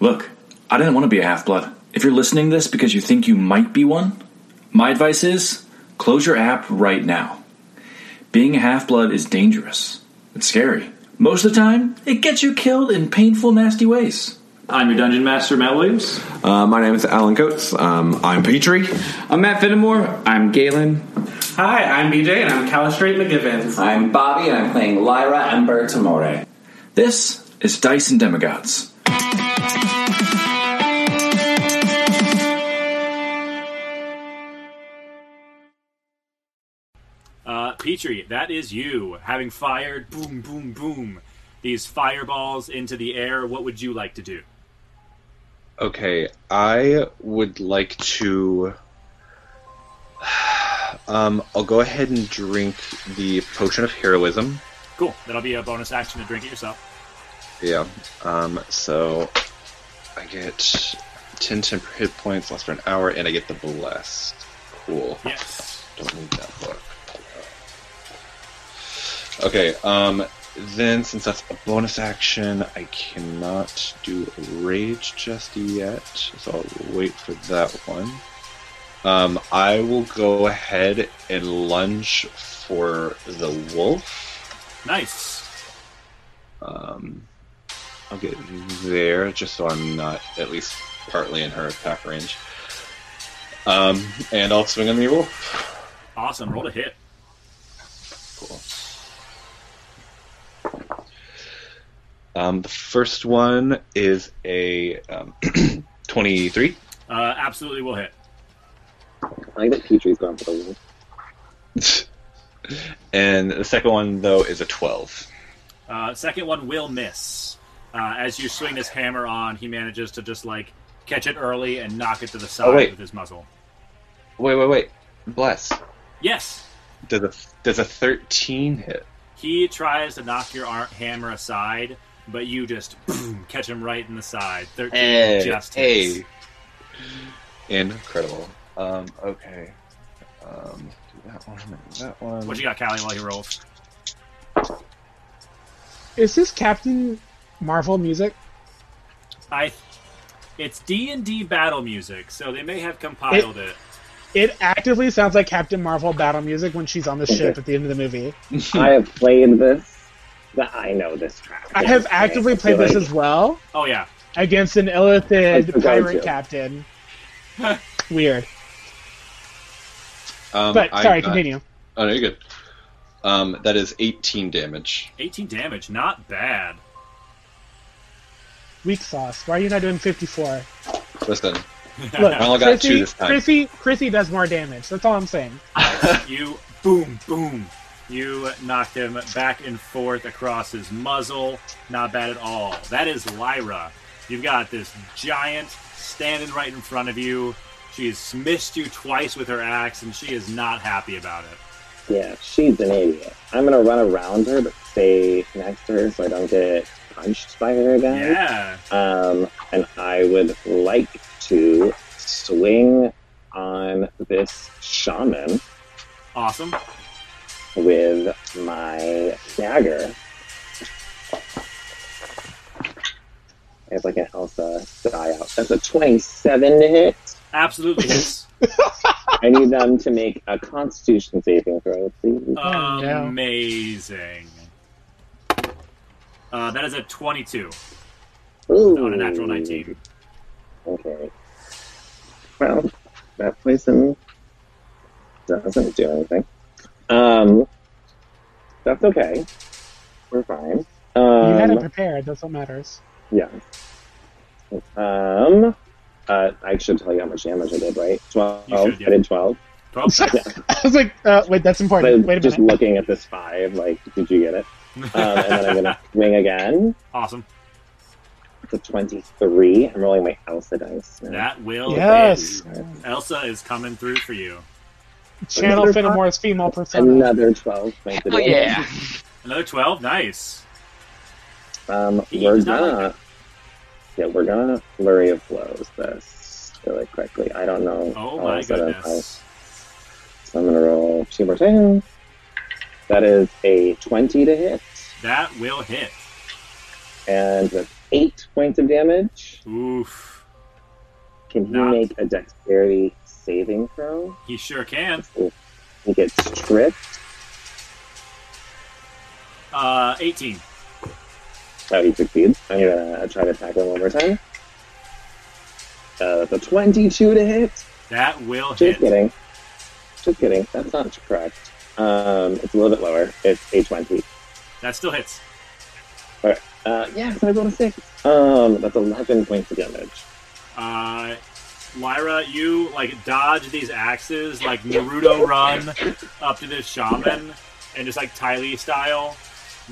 Look, I didn't want to be a half blood. If you're listening to this because you think you might be one, my advice is close your app right now. Being a half blood is dangerous, it's scary. Most of the time, it gets you killed in painful, nasty ways. I'm your dungeon master, Matt Williams. Uh, my name is Alan Coates. Um, I'm Petrie. I'm Matt Fenimore. I'm Galen. Hi, I'm BJ, and I'm Calistrate McGivens. I'm Bobby, and I'm playing Lyra Ember Tamore. This is Dice and Demigods. Uh, Petrie, that is you having fired boom, boom, boom these fireballs into the air. What would you like to do? Okay, I would like to. Um, I'll go ahead and drink the potion of heroism. Cool. That'll be a bonus action to drink it yourself. Yeah. Um, so I get 10 temp hit points, last for an hour, and I get the blessed. Cool. Yes. Don't need that book. Okay, um, then since that's a bonus action, I cannot do a rage just yet, so I'll wait for that one. Um, I will go ahead and lunge for the wolf. Nice. Um, I'll get there just so I'm not at least partly in her attack range. Um, and I'll swing on the wolf. Awesome. Roll a hit. Cool. Um, the first one is a um, 23. Uh, absolutely will hit. I think Petrie's gone for the win. and the second one, though, is a 12. Uh, second one will miss. Uh, as you swing this hammer on, he manages to just like catch it early and knock it to the side Oh, wait. with his muzzle. Wait, wait, wait. Bless. Yes, Does a, does a 13 hit? he tries to knock your ar- hammer aside, but you just boom, catch him right in the side. Thirteen Hey, just hits. hey. Incredible. Um, okay. Um, do that one, do that one. What you got, Callie? While he rolls, Is this Captain Marvel music? I. It's D and D battle music, so they may have compiled it. It actively sounds like Captain Marvel battle music when she's on the ship at the end of the movie. I have played this. Th- I know this track. I have actively played this as well Oh yeah, against an I illithid forgot pirate you. captain. Weird. Um, But I sorry, got- continue. Oh, no, you're good. Um, that is 18 damage. eighteen damage, not bad. Weak sauce. Why are you not doing 54? Listen, Look, I only got two Chrissy, this time. Chrissy, Chrissy does more damage. That's all I'm saying. you boom boom you knocked him back and forth across his muzzle not bad at all that is lyra you've got this giant standing right in front of you she's smished you twice with her axe and she is not happy about it Yeah, she's an idiot. I'm gonna run around her, but stay next to her so I don't get punched by her again. yeah Um, and I would like to swing on this shaman awesome with my dagger. It's like an Elsa die out. That's a 27 to hit. absolutely hits. I need them to make a constitution saving throw, please. no. amazing uh, that is a 22 Ooh. on a natural 19 Okay. Well, that poison doesn't do anything. Um, that's okay. We're fine. Um, you had it prepared. That's what matters. yeah. Um, uh, I should tell you how much damage I did, right? Twelve. You should, yeah. I did twelve. 12 I was like, uh, wait, that's But important. Wait a just minute. looking at this five, like, did you get it? Um, and then I'm gonna swing again. awesome It's a twenty-three. I'm rolling my Elsa dice. now. that will Yes. hit. elsa is coming through for you Channel Fenimore's female persona. Another twelve. Oh Another 12? Nice. Um, He we're does not like gonna, yeah, we're gonna flurry of blows this really quickly. I don't know. Oh how my else I don't goodness. know. So I'm gonna roll two more times. That is a twenty to hit, That will hit. and the eight points of damage. Oof. Can he Nice. make a dexterity saving throw? He sure can. He gets tripped. Uh, 18. Oh, he succeeds. I'm gonna try to tackle him one more time. Uh, that's a 22 to hit. That will Just hit. kidding. Just kidding. That's not correct. Um, it's a little bit lower. It's a 20. That still hits. Uh, yeah, so I rolled a six. Um, that's 11 points of damage. Uh, Lyra, you like dodge these axes, like Naruto run up to this shaman, and just like Tylee style,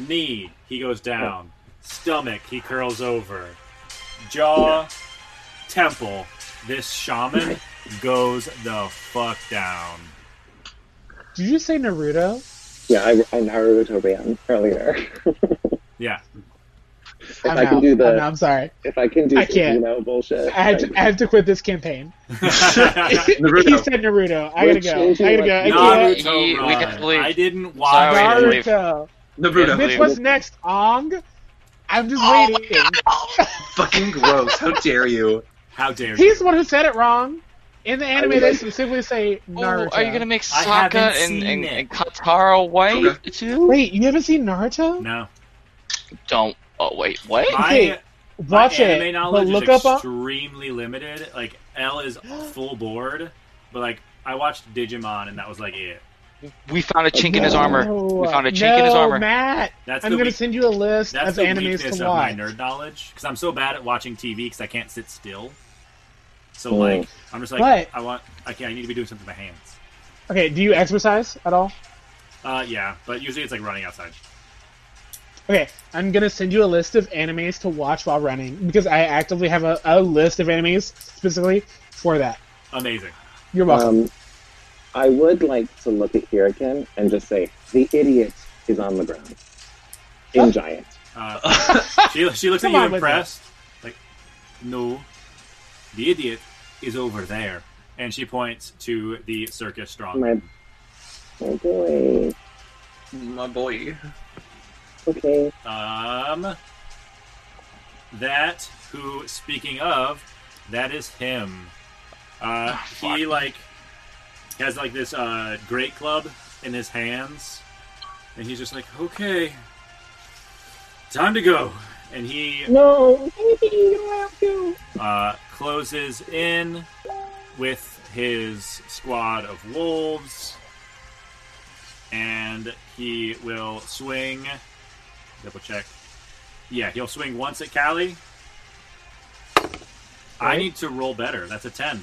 knee, he goes down, stomach, he curls over, jaw, temple, this shaman goes the fuck down. Did you just say Naruto? Yeah, I, I Naruto ran earlier. Yeah, if I'm I can out. do I'm, the, out. I'm sorry. if I can do, I can't. you know, bullshit. I have, to, I have to quit this campaign. he said Naruto. I We're gotta go. I changing gotta go. like- I can't. Naruto Naruto run. We run. have to leave. I didn't Sorry, watch. we have to leave. Naruto. Yeah, Bitch, leave. what's next? Ong? I'm just waiting. Fucking gross. How dare you? How dare you? He's the one who said it wrong. In the anime, I mean, they like- specifically say Oh, Naruto. are you gonna make I Sokka haven't and, seen and, it. and Katara white too? Wait, you haven't seen Naruto? No, Don't. Oh wait, what? my, my Watch anime it, but knowledge look is up on. extremely limited. Like L is full board, but like I watched Digimon and that was like it. We found a chink in his armor. No, We found a chink in his no, armor. Matt, That's I'm the gonna weak- send you a list that's of the animes weakness to of my watch. nerd knowledge because I'm so bad at watching TV because I can't sit still. So Oh. like I'm just like Hmm. But- I want I can't I need to be doing something with my hands. Okay, do you exercise at all? Uh yeah, but usually it's like running outside. Okay, I'm gonna send you a list of animes to watch while running because I actively have a, a list of animes specifically for that. Amazing. You're welcome. Um, I would like to look at Hurricane and just say, the idiot is on the ground. In giant. Uh, she she looks at Come you on with impressed. Like no, the idiot is over there, and she points to the circus strong. My, oh boy. My boy. Okay. Um, that who? Speaking of, that is him. Uh, he like has like this uh, great club in his hands, and he's just like, okay, time to go. And he No, you don't have to. uh, closes in with his squad of wolves, and he will swing. Double check. Yeah, he'll swing once at Callie. I need to roll better. That's a ten,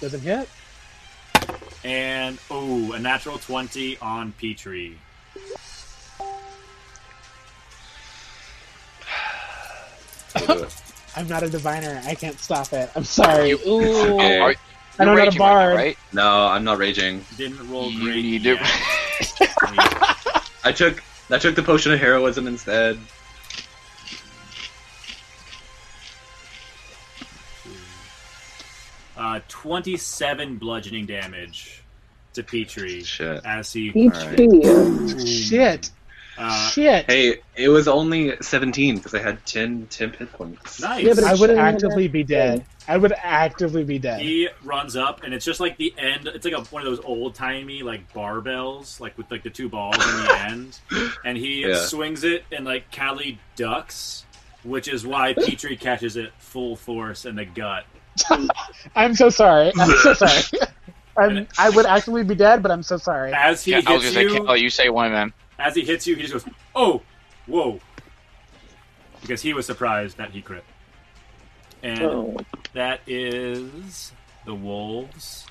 Doesn't hit. and oh, a natural twenty on Petrie. I'm not a diviner. I can't stop it. I'm sorry. You- Ooh. okay. Are, I you're know not a raging right, now, bard. right? No, I'm not raging. Didn't roll You great. need yet. I took I took the potion of heroism instead. uh, Twenty-seven bludgeoning damage to Petrie Shit. as he He Alright. cheated. Shit. Uh, Shit. Hey, it was only 17 because I had 10, 10 hit points. nice. Yeah, but I would shouldn't have actively be dead. I would actively be dead. he runs up, and it's just like the end. It's like a, one of those old timey like barbells, like with like the two balls in the end. And he Yeah. swings it, and like Callie ducks, which is why Petrie catches it full force in the gut. I'm so sorry. I'm so sorry. I'm, I would actively be dead, but I'm so sorry. Ah, As he Yeah, I was hits gonna say, you, Cal, you say one, man. as he hits you, he just goes, "Oh, whoa," because he was surprised that he crit. And Oh, that is the wolves.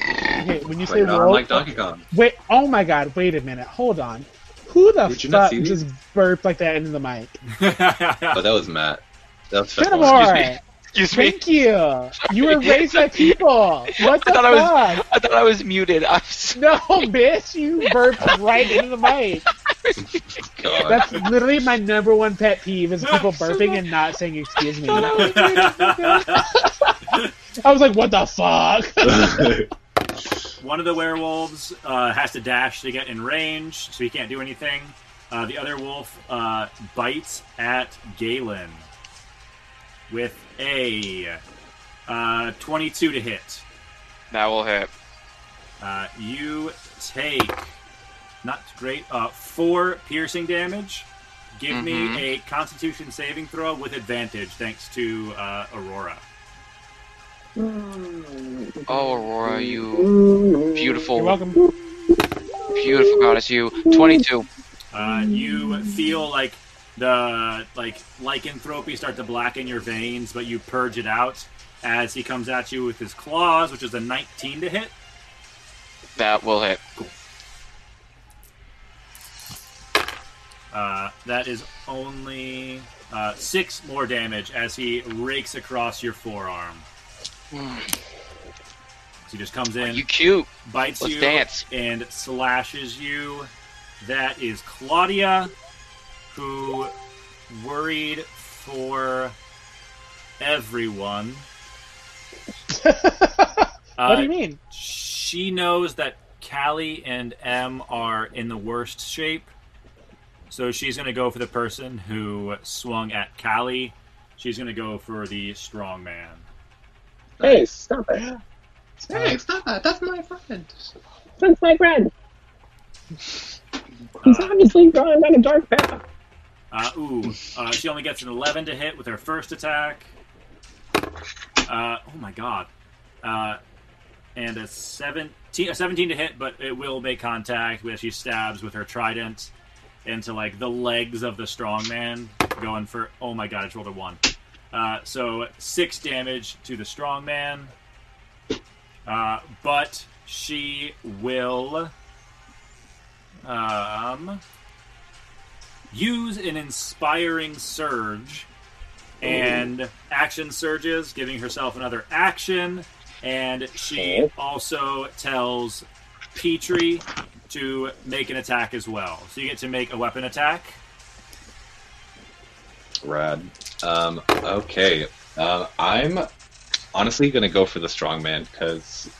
Okay, when you say Like, not roll, like Donkey Kong. wait. Oh my God! Wait a minute. Hold on. Who the Did you not fuck see just burped like that into the mic? Oh, that was Matt. That was Fat Lawrence. Fenimore, Excuse me. thank you. You erased my people. What the I thought I was- fuck? I thought I was muted. I'm so No, bitch, you burped right into the mic. God. That's literally my number one pet peeve is people burping and not saying excuse me. I was like, what the fuck? One of the werewolves uh, has to dash to get in range, so he can't do anything. Uh, the other wolf uh, bites at Galen with a uh, 22 to hit. That will hit. Uh, you take not great uh, four piercing damage. Give Mm-hmm. me a Constitution saving throw with advantage, thanks to uh, Aurora. Oh, Aurora, you Mm-hmm. You're beautiful, welcome. beautiful goddess. You twenty-two. Uh, you feel like the like lycanthropy start to blacken your veins, but you purge it out as he comes at you with his claws, which is a 19 to hit. That will hit. Uh, that is only uh, six more damage as he rakes across your forearm. So he just comes in, Hmm. You cute. bites let's you, dance. and slashes you. That is Claudia, who worried for everyone. what do you mean? she knows that Callie and M are in the worst shape. So she's going to go for the person who swung at Callie. She's going to go for the strong man. Hey, stop it. Hey, stop that. That's my friend. That's my friend. He's obviously going down a dark path. Uh, ooh, uh, she only gets an 11 to hit with her first attack. Uh, oh my god. Uh, and a 17, a 17 to hit, but it will make contact where she stabs with her trident into like the legs of the strong man, going for. Oh my god, I just rolled a 1. Uh, so 6 damage to the strong man. Uh, but she will. Um use an inspiring surge and action surges, giving herself another action. And she Okay. also tells Petrie to make an attack as well. So you get to make a weapon attack. Rad. Um, okay. Um, I'm honestly going to go for the strongman because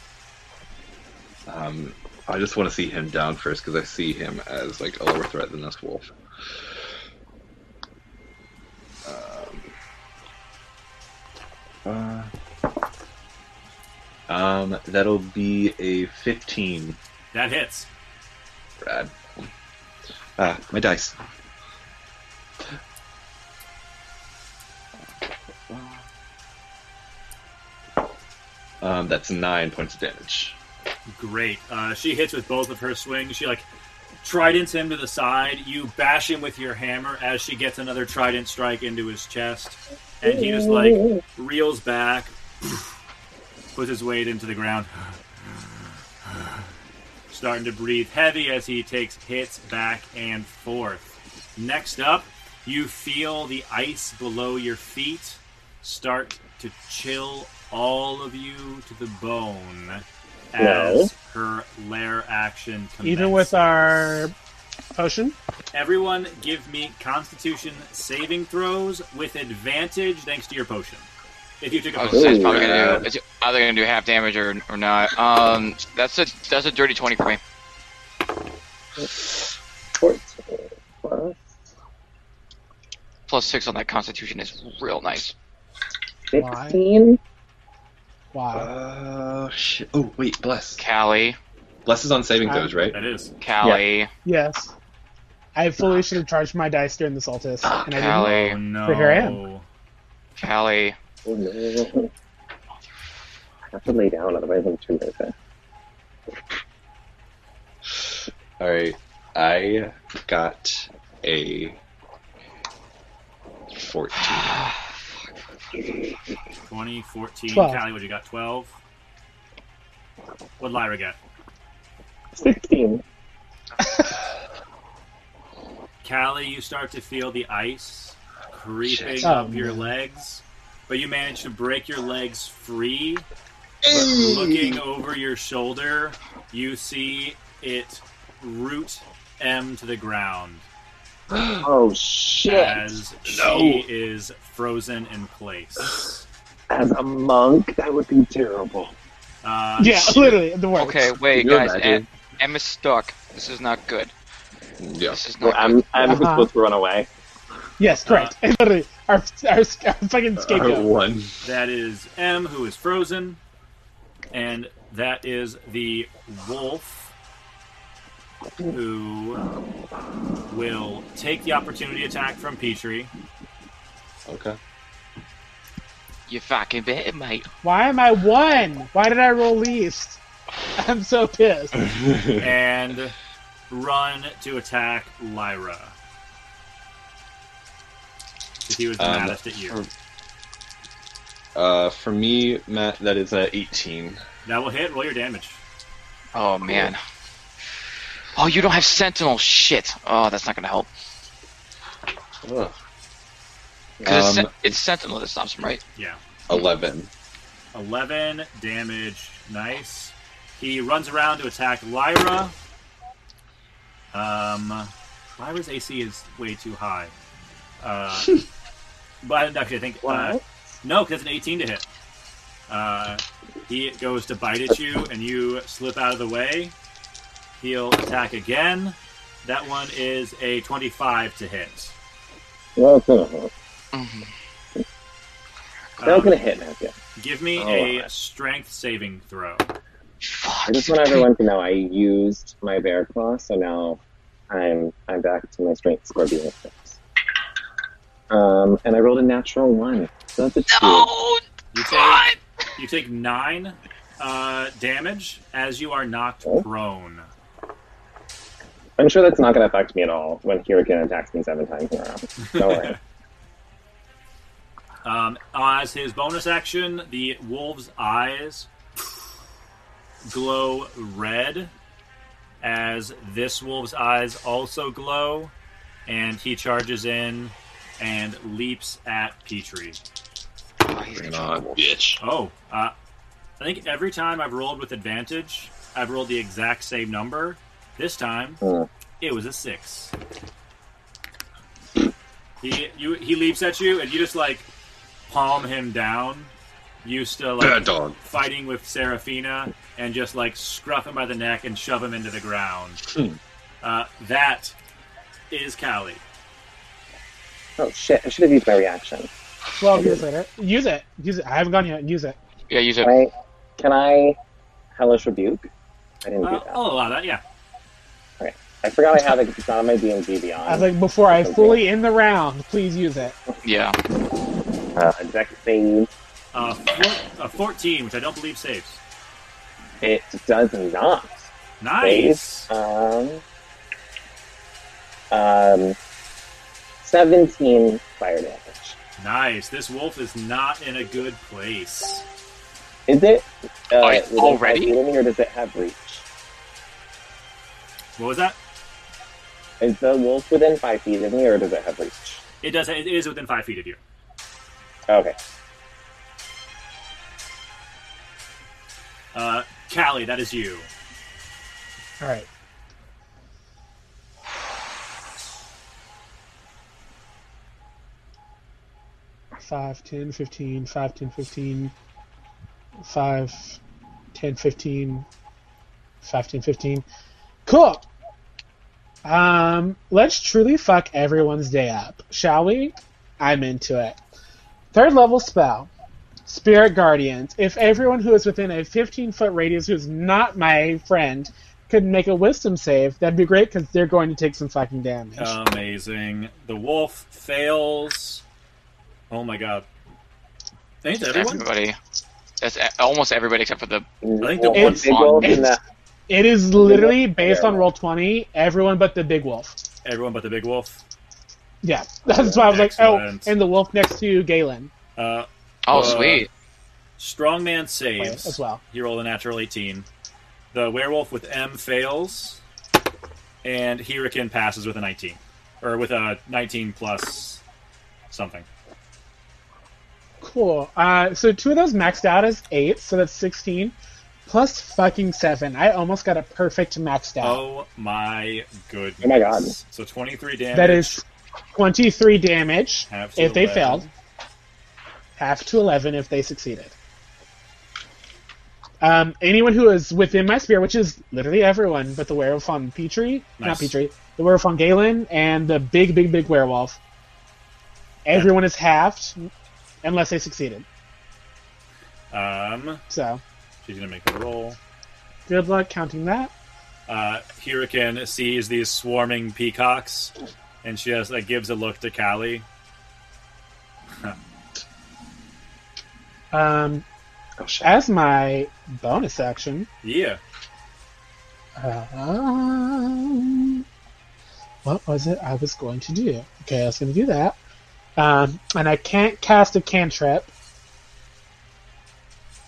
um, I just want to see him down first because I see him as like a lower threat than this wolf. Um, uh, um, that'll be a 15. That hits. Rad. Ah, my dice. Um, that's nine points of damage. Great. Uh, she hits with both of her swings. She like tridents him to the side. You bash him with your hammer as she gets another trident strike into his chest, and he just like reels back, puts his weight into the ground, starting to breathe heavy as he takes hits back and forth. Next up, you feel the ice below your feet start to chill all of you to the bone as her lair action commences. Even with our potion, Everyone give me constitution saving throws with advantage thanks to your potion. If you took a I was Oh, potion. gonna say, it's probably Ooh, gonna rad. do, it's either gonna do half damage or, or not. Um, that's a that's a dirty twenty for me. 14 plus Plus six on that Constitution is real nice. 16. wow. Uh, shit. Oh, wait, bless. Callie, Bless is on saving Uh, throws, right? That is. Callie, Yes, I fully should have charged my dice during the Altus, and I didn't. Callie, Oh, no. So here I Callie. Oh, no. I have to lay down, otherwise I'm too nervous. Uh, All right. I got a 14. 20, 14. Twelve. Callie, what you got? 12. What'd Lyra get? 16. Callie, you start to feel the ice creeping Shit. up Oh, your man. legs, but you manage to break your legs free. But looking over your shoulder, you see it root M to the ground Oh, shit. as she is frozen in place. As a monk, that would be terrible. Uh, Yeah, literally the worst. Okay, wait, You're guys. eh? magic. Em, Em is stuck. This is not good. Yeah. This is Well, not I'm I'm Uh-huh. supposed to run away. Yes, correct. literally, our, our, our fucking Uh, scapegoat. one. That is M, who is frozen, and that is the wolf, who will take the opportunity attack from Petrie. Okay. good. You fucking bit, mate. Why am I one? Why did I roll least? I'm so pissed. and run to attack Lyra. 'Cause He was the Um, maddest at you. for- Uh, for me, Matt, that is a 18. That will hit. Roll your damage. Oh man. Oh, you don't have Sentinel. Shit. Oh, that's not gonna help. 'Cause Ugh. it's, Um, sen- it's Sentinel that stops him, right? Yeah, 11. eleven damage. Nice. He runs around to attack Lyra. Um, Lyra's AC is way too high. Uh, but actually, I think uh, no, because an eighteen to hit. Uh, he goes to bite at you, and you slip out of the way. He'll attack again. That one is a twenty-five to hit. Well, it's gonna hit. Mhm. That's Um, gonna hit, Matthew. give me Oh. a strength saving throw. Fuck. I just want everyone to know I used my bear claw, so now I'm I'm back to my strength scorpion attacks. Um, and I rolled a natural one, so that's a two. No, You take God. You take nine uh, damage as you are knocked prone. I'm sure that's not gonna affect me at all when Hurricane attacks me seven times in a row. Don't worry. Um, as his bonus action, the wolf's eyes glow red, as this wolf's eyes also glow, and he charges in and leaps at Petrie. Oh, he's Bring in it on, trouble. bitch. Oh, uh, I think every time I've rolled with advantage, I've rolled the exact same number. This time, Hmm. it was a six. He you he leaps at you, and you just like palm him down. Used to Bad like dog. fighting with Serafina, and just like scruff him by the neck and shove him into the ground. Hmm. Uh, that is Callie. Oh shit! I should have used my reaction. Twelve years later, use it. Use it. I haven't gone yet. Use it. Yeah, use it. Can I, can I hellish rebuke? I didn't Uh, do that. I'll allow that. Yeah. I forgot I have it. 'cause It's not on my D and D Beyond. I was like, before I fully end the round, please use it. Yeah. uh, deck save. Uh, four, uh, Fourteen, which I don't believe saves. It does not Nice. save. Um, um, seventeen fire damage. Nice. This wolf is not in a good place. Is it uh, Are you within five already? feet of me, or does it have reach? What was that? Is the wolf within five feet of me, or does it have reach? It does. It is within five feet of you. Okay. Uh, Callie, that is you. All right. Five, ten, fifteen, five, ten, fifteen, five, ten, fifteen, five, ten, fifteen. Cool. Um, let's truly fuck everyone's day up, shall we? I'm into it. Third level spell. Spirit Guardians. If everyone who is within a 15 foot radius who's not my friend could make a wisdom save, that'd be great because they're going to take some fucking damage. Uh, Amazing. The wolf fails. Oh my god. Thanks, everyone. Everybody. That's e- almost everybody except for the. I think the one they rolled on- in the it is literally based on Yeah. roll 20, everyone but the big wolf. Everyone but the big wolf. Yeah, that's why I was like, oh, Excellent. and the wolf next to Galen Uh, Oh, Uh, sweet. strongman saves. as well. He rolled a natural 18. The werewolf with M fails, and Hurricane passes with a 19, or with a 19 plus something. Cool. Uh, so two of those maxed out is eight, so that's 16. Plus fucking seven. I almost got a perfect maxed out. Oh my goodness. Oh my god. So 23 damage. That is 23 damage Half to if they 11. failed, half to 11 if they succeeded. Um, anyone who is within my sphere, which is literally everyone, but the werewolf on Petrie, not Nice. Petrie, the werewolf on Galen, and the big, big, big werewolf. Everyone is halved, unless they succeeded. Um, So, she's gonna make a roll. good luck counting that. Uh, Hurricane sees these swarming peacocks, and she just like, gives a look to Callie. Um, Oh shit! as my bonus action, Yeah, Um, what was it I was going to do? Okay, I was going to do that. Um, and I can't cast a cantrip,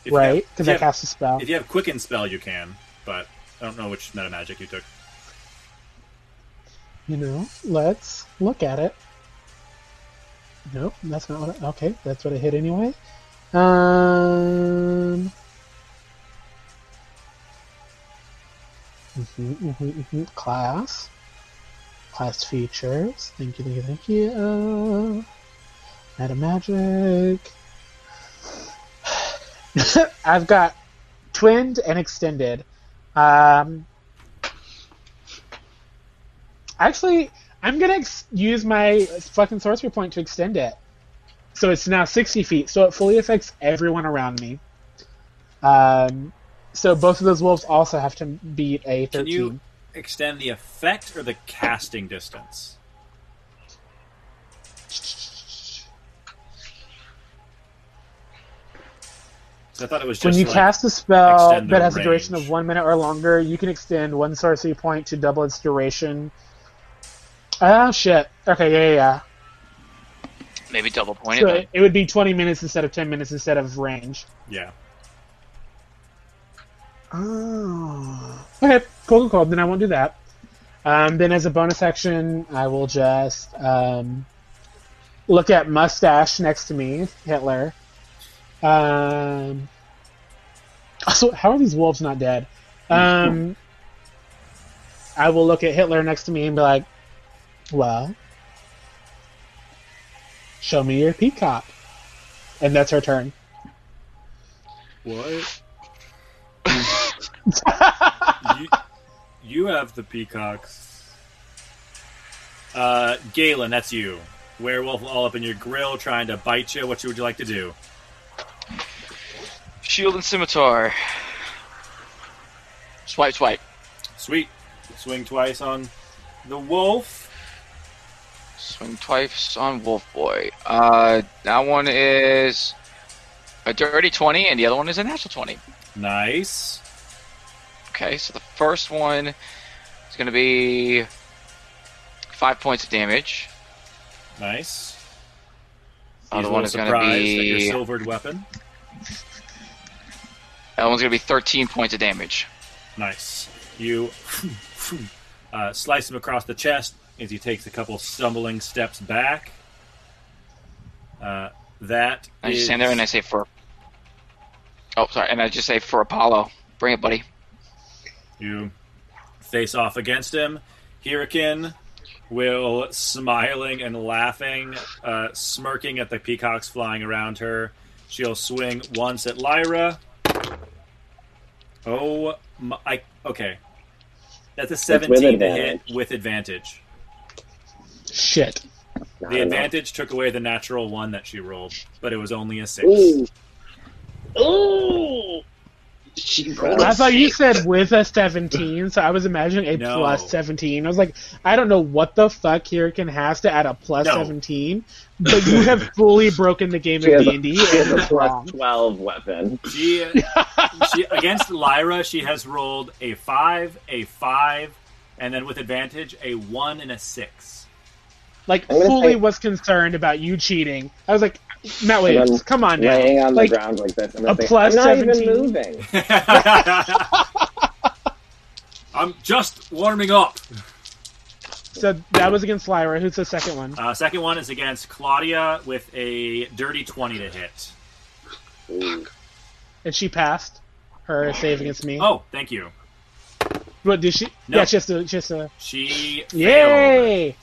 If you right? have- if Because I you have- cast a spell. If you have quicken spell, you can, but I don't know which meta magic you took. You know, let's look at it. Nope, that's not what I. Okay, that's what I hit anyway. Um. mhm, mhm, mhm, Class. Class features. Thank you, thank you, thank you. Meta magic. I've got twinned and extended. Um, Actually, I'm gonna ex- use my fucking sorcery point to extend it, so it's now 60 feet. So it fully affects everyone around me. Um, so both of those wolves also have to beat a 13. Can you extend the effect or the casting distance? So I thought it was just when you like, cast a spell extend the that has a duration range. of one minute or longer, you can extend one sorcery point to double its duration. Oh shit! Okay, yeah, yeah, yeah. Maybe double pointed. So then. it would be 20 minutes instead of 10 minutes instead of range. yeah. Oh. Okay, cool, cool, cool. Then I won't do that. Um, then as a bonus action, I will just um, look at mustache next to me, Hitler. Um, also, how are these wolves not dead? Um, I will look at Hitler next to me and be like, "Well, show me your peacock," and that's her turn. What? you, you have the peacocks. Uh, Galen, that's you. Werewolf all up in your grill, trying to bite you. What you- would you like to do? Shield and scimitar. Swipe, swipe. Sweet. Swing twice on the wolf. Swing twice on Wolf Boy. Uh, that one is a dirty 20, and the other one is a natural 20. Nice. Okay, so the first one is going to be five points of damage. Nice. Other He's a one little is gonna surprised be- at your silvered weapon. That one's going to be 13 points of damage. Nice. You uh, slice him across the chest as he takes a couple stumbling steps back. Uh, that I just is- stand there and I say for. Oh, sorry, and I just say for Apollo. Bring it, buddy. You face off against him. Hurricane will, smiling and laughing, uh, smirking at the peacocks flying around her, she'll swing once at Lyra. Oh, my, I, okay. That's a 17 to hit advantage. with advantage. Shit. Not The enough. advantage took away the natural one that she rolled, but it was only a six. Ooh, Oh, I thought you said with a 17, so I was imagining a No. plus 17. I was like, I don't know what the fuck Hurricane has to add a plus No. 17, but you have fully broken the game she of has D&D. a, she has a and it's wrong. plus twelve weapon. She, she against Lyra, she has rolled a five, a five, and then with advantage a one and a six. Like, I'm gonna fully say- was concerned about you cheating. I was like, Matt Williams, I'm come on now. Laying on like, the ground like this. I'm, gonna a say, plus I'm not 17. even moving. I'm just warming up. So that was against Lyra, who's the second one. Uh, second one is against Claudia with a dirty twenty to hit. Ooh. And she passed her save against me. Oh, thank you. What, did she? No. Yeah, just a, just a... She failed. Yay!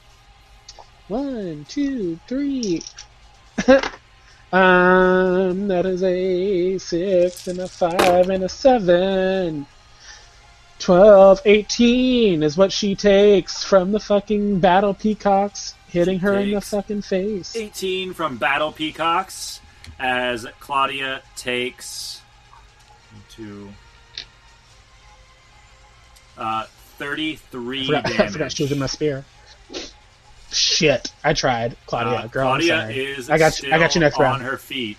One, two, three. Um, that is a six and a five and a seven. Twelve, eighteen is what she takes from the fucking battle peacocks hitting her in the takes fucking face. 18 from Battle Peacocks as Claudia takes to uh, 33 I forgot, I damage. forgot she was in my spear. Shit, I tried, Claudia. Uh, girl, I'm Claudia sorry. is I got still you. I got you next on round. her feet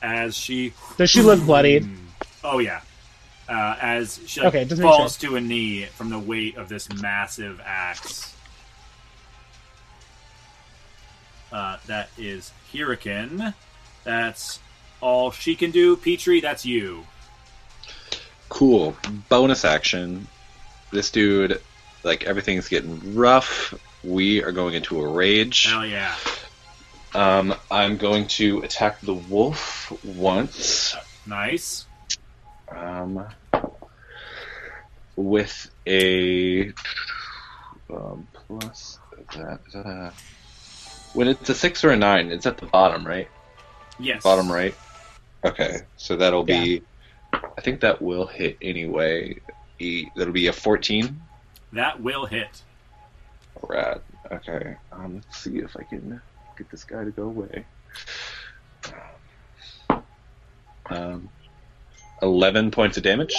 as she. Does she look bloodied? Oh yeah. Uh, as she like, Okay, just make falls to a knee from the weight of this massive axe. Uh, that is Hurricane. That's all she can do. Petrie, that's you. Cool. Bonus action. This dude, like everything's getting rough. We are going into a rage. Hell Oh, yeah. Um, I'm going to attack the wolf once Nice. um, with a um, plus that. Is that a, when it's a six or a nine, it's at the bottom, right? Yes. Bottom right. Okay, so that'll be. I think that will hit anyway. E, that'll be a fourteen. That will hit. Rad. Okay. Um, let's see if I can get this guy to go away. Um, eleven points of damage.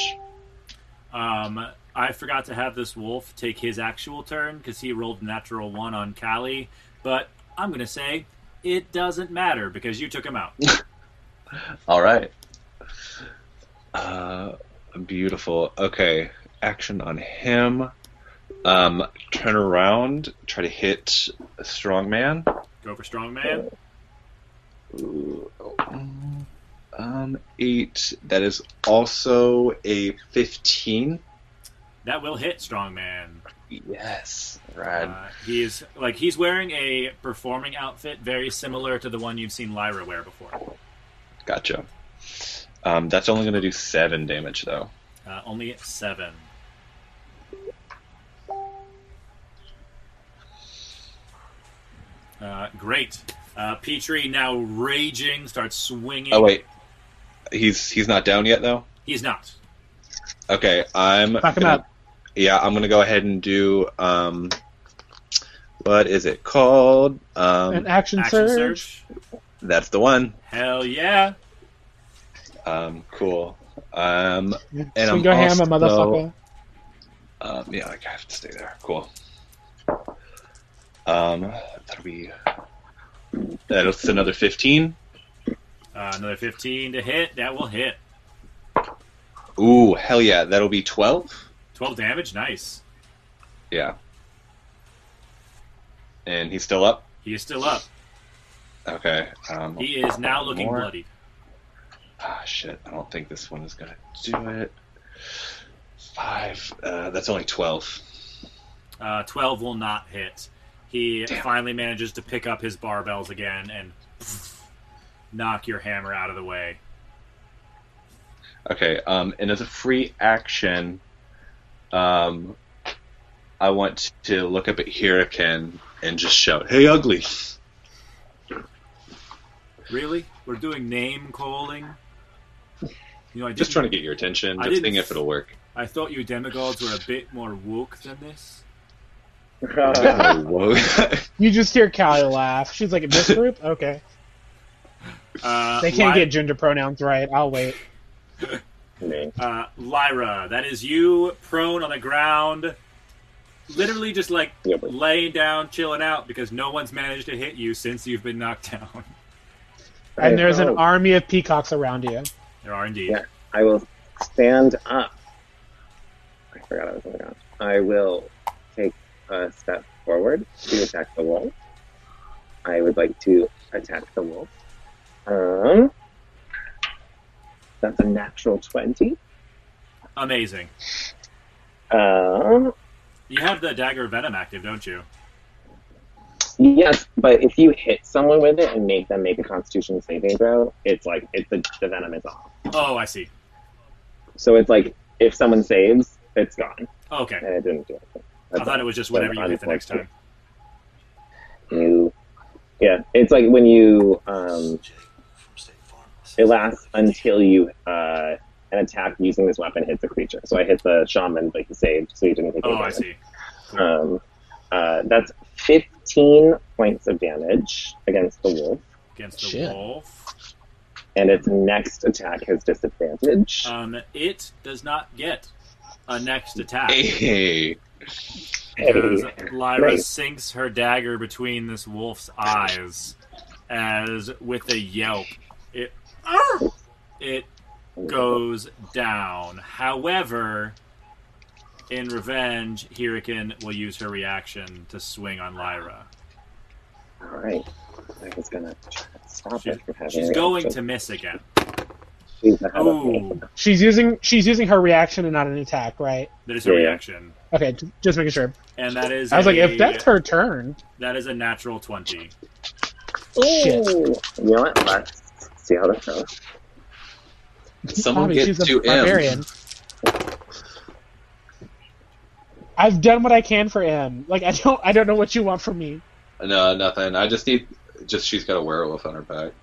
Um, I forgot to have this wolf take his actual turn because he rolled a natural one on Callie, but I'm going to say it doesn't matter because you took him out. All right. Uh, beautiful. Okay. Action on him. Um, turn around. Try to hit a strongman. Go for strongman. Ooh, oh, Um, eight. That is also a fifteen. That will hit strongman. Yes. Rad. Uh, he is like he's wearing a performing outfit very similar to the one you've seen Lyra wear before. Gotcha. Um, that's only going to do seven damage, though. Uh, only at seven. Uh, great. Uh, Petrie now raging, starts swinging. Oh wait, he's he's not down yet, though. He's not. Okay, I'm. Fuck him gonna- up. Yeah, I'm going to go ahead and do. Um, what is it called? An Um, action, Action surge. surge. that's the one. Hell yeah. Um, cool. Um, Swing And I'm your hammer, also- motherfucker. um, yeah, I have to stay there. Cool. Um, that'll be. That's another fifteen. Uh, another 15 to hit. That will hit. Ooh, hell yeah! That'll be twelve. 12 damage. Nice. Yeah. And he's still up? He is still up. Okay. Um, He is now looking more. bloodied. Ah, shit. I don't think this one is going to do it. Five. Uh, that's only 12. Uh, 12 will not hit. He Damn. finally manages to pick up his barbells again and knock your hammer out of the way. Okay. Um, and as a free action, um, I want to look up at Hurricane and just shout, Hey, ugly! Really? We're doing name calling? You know, I Just didn't- trying to get your attention. I Just didn't- seeing if it'll work. I thought you demigods were a bit more woke than this. Oh, whoa. You just hear Callie laugh. She's like, "This group, okay. Uh, They can't Ly- get gender pronouns right. I'll wait." Me. uh, Lyra, that is you prone on the ground, literally just like Yeah, but- laying down, chilling out because no one's managed to hit you since you've been knocked down. And there's an Oh, army of peacocks around you. There are indeed. Yeah. I will stand up. I forgot I was on the ground. I will take a step forward to attack the wolf. I would like to attack the wolf. Um, that's a natural 20. Amazing. Um, You have the dagger of venom active, don't you? yes, but if you hit someone with it and make them make a constitution saving throw, it's like it's the, the venom is off. Oh, I see. So it's like if someone saves, it's gone. Okay. And it didn't do anything. I thought it was just whenever you hit the next time. you yeah it's like when you um It lasts until you uh, an attack using this weapon hits a creature. So I hit the shaman, but he saved, so he didn't take any Oh, I damage. see. Um, uh, that's 15 points of damage against the wolf, Against the Shit. wolf. and its next attack has disadvantage. Um, it does not get a next attack. Hey, Because Hey. Lyra Nice. sinks her dagger between this wolf's eyes as, with a yelp, it, Arr! it goes down. However, in revenge, Hurricane will use her reaction to swing on Lyra. All right, I was gonna try to stop She's, it from having she's a going to reaction. miss again. She's ahead of me. Ooh, She's using she's using her reaction and not an attack, right? that is her Yeah. reaction. Okay, j- just making sure. And that is I was like, a- if that's her turn, that is a natural twenty. Shit. Ooh. You know what? Let's see how this goes. someone Bobby, get she's a to M. barbarian. I've done what I can for M. Like I don't I don't know what you want from me. No, nothing. I just need. Just she's got a werewolf on her back.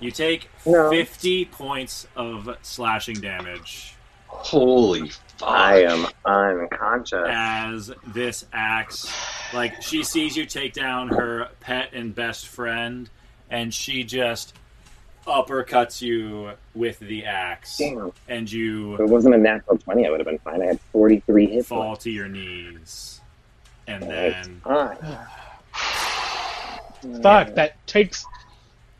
You take No. fifty points of slashing damage. Holy fuck! I am unconscious. as this axe. Like she sees you take down her pet and best friend, and she just uppercuts you with the axe, Damn. and If it you wasn't a natural 20, I would have been fine. I had 43 hits. fall to your knees. And left. then Ah. Fuck, that takes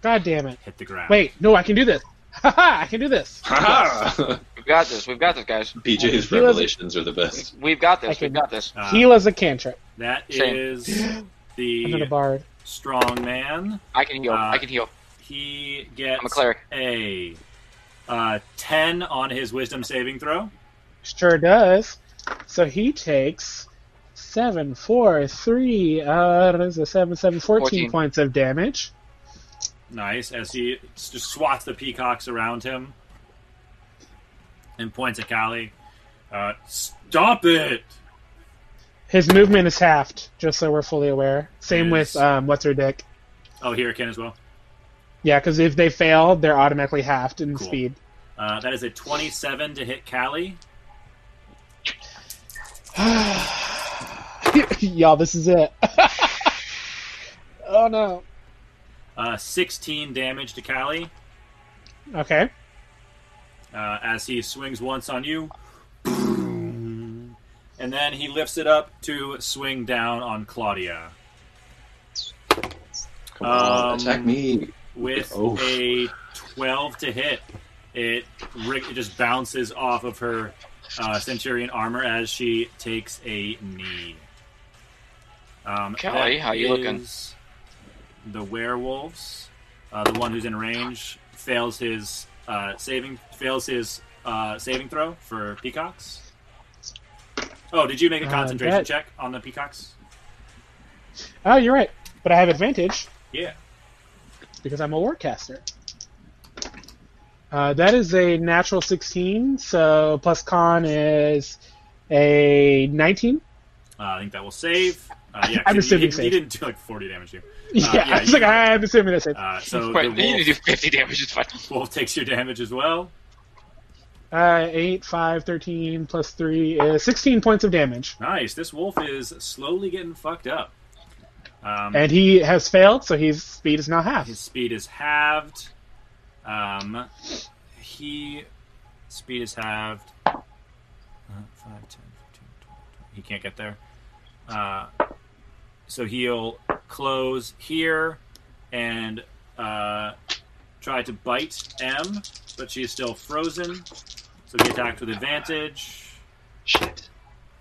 God damn it. hit the ground. Wait, no, I can do this. Haha, I can do this. Ah! Ha! We've got this. We've got this, guys. BJ's He was- revelations are the best. We've got this. I We've can- got this. Uh, Heal as a cantrip. that Shame. is Another the bard. strong man. I can heal. Uh, I can heal. He gets I'm a cleric. a uh, ten on his wisdom saving throw. Sure does. So he takes seven, four, three, uh what is it, seven, seven, 14 14. points of damage. Nice, as he s- just swats the peacocks around him and points at Callie. Uh, Stop it! His movement is halved, just so we're fully aware. Same Yes. with um what's her dick. Oh, here Ken as well. Yeah, because if they fail, they're automatically halved in Cool. speed. Uh, that is a 27 to hit Callie. Y'all, this is it. oh no. Uh, 16 damage to Callie Okay. uh, as he swings once on you. And then he lifts it up to swing down on Claudia Come on, Um, attack me. with Oh. a 12 to hit. It, ri- it just bounces off of her uh, centurion armor as she takes a knee. Um, Kelly, that how you looking? is The werewolves, uh, the one who's in range, fails his uh, saving fails his uh, saving throw for peacocks. Oh, did you make a Uh, concentration that- check on the peacocks? Oh, you're right. But I have advantage Yeah. because I'm a warcaster. Uh, that is a natural 16, so plus con is a 19. Uh, I think that will save. Uh, yeah, 'cause I'm he- assuming he, he save. didn't do like 40 damage to you. Ah, yeah, yeah, I was you're like, "Ah, right. I'm assuming that's it. Uh, so Wait, the you need to do wolf, 50 damage. It's fine. wolf takes your damage as well. Uh, 8, 5, 13, plus 3 is 16 points of damage. Nice. This wolf is slowly getting fucked up. Um, And he has failed, so his speed is now half. his speed is halved. Um, he speed is halved. Uh, 5, 10, 15, 20. He can't get there. Uh, so he'll close here and uh, try to bite M, but she is still frozen. So he attacked with advantage. Shit.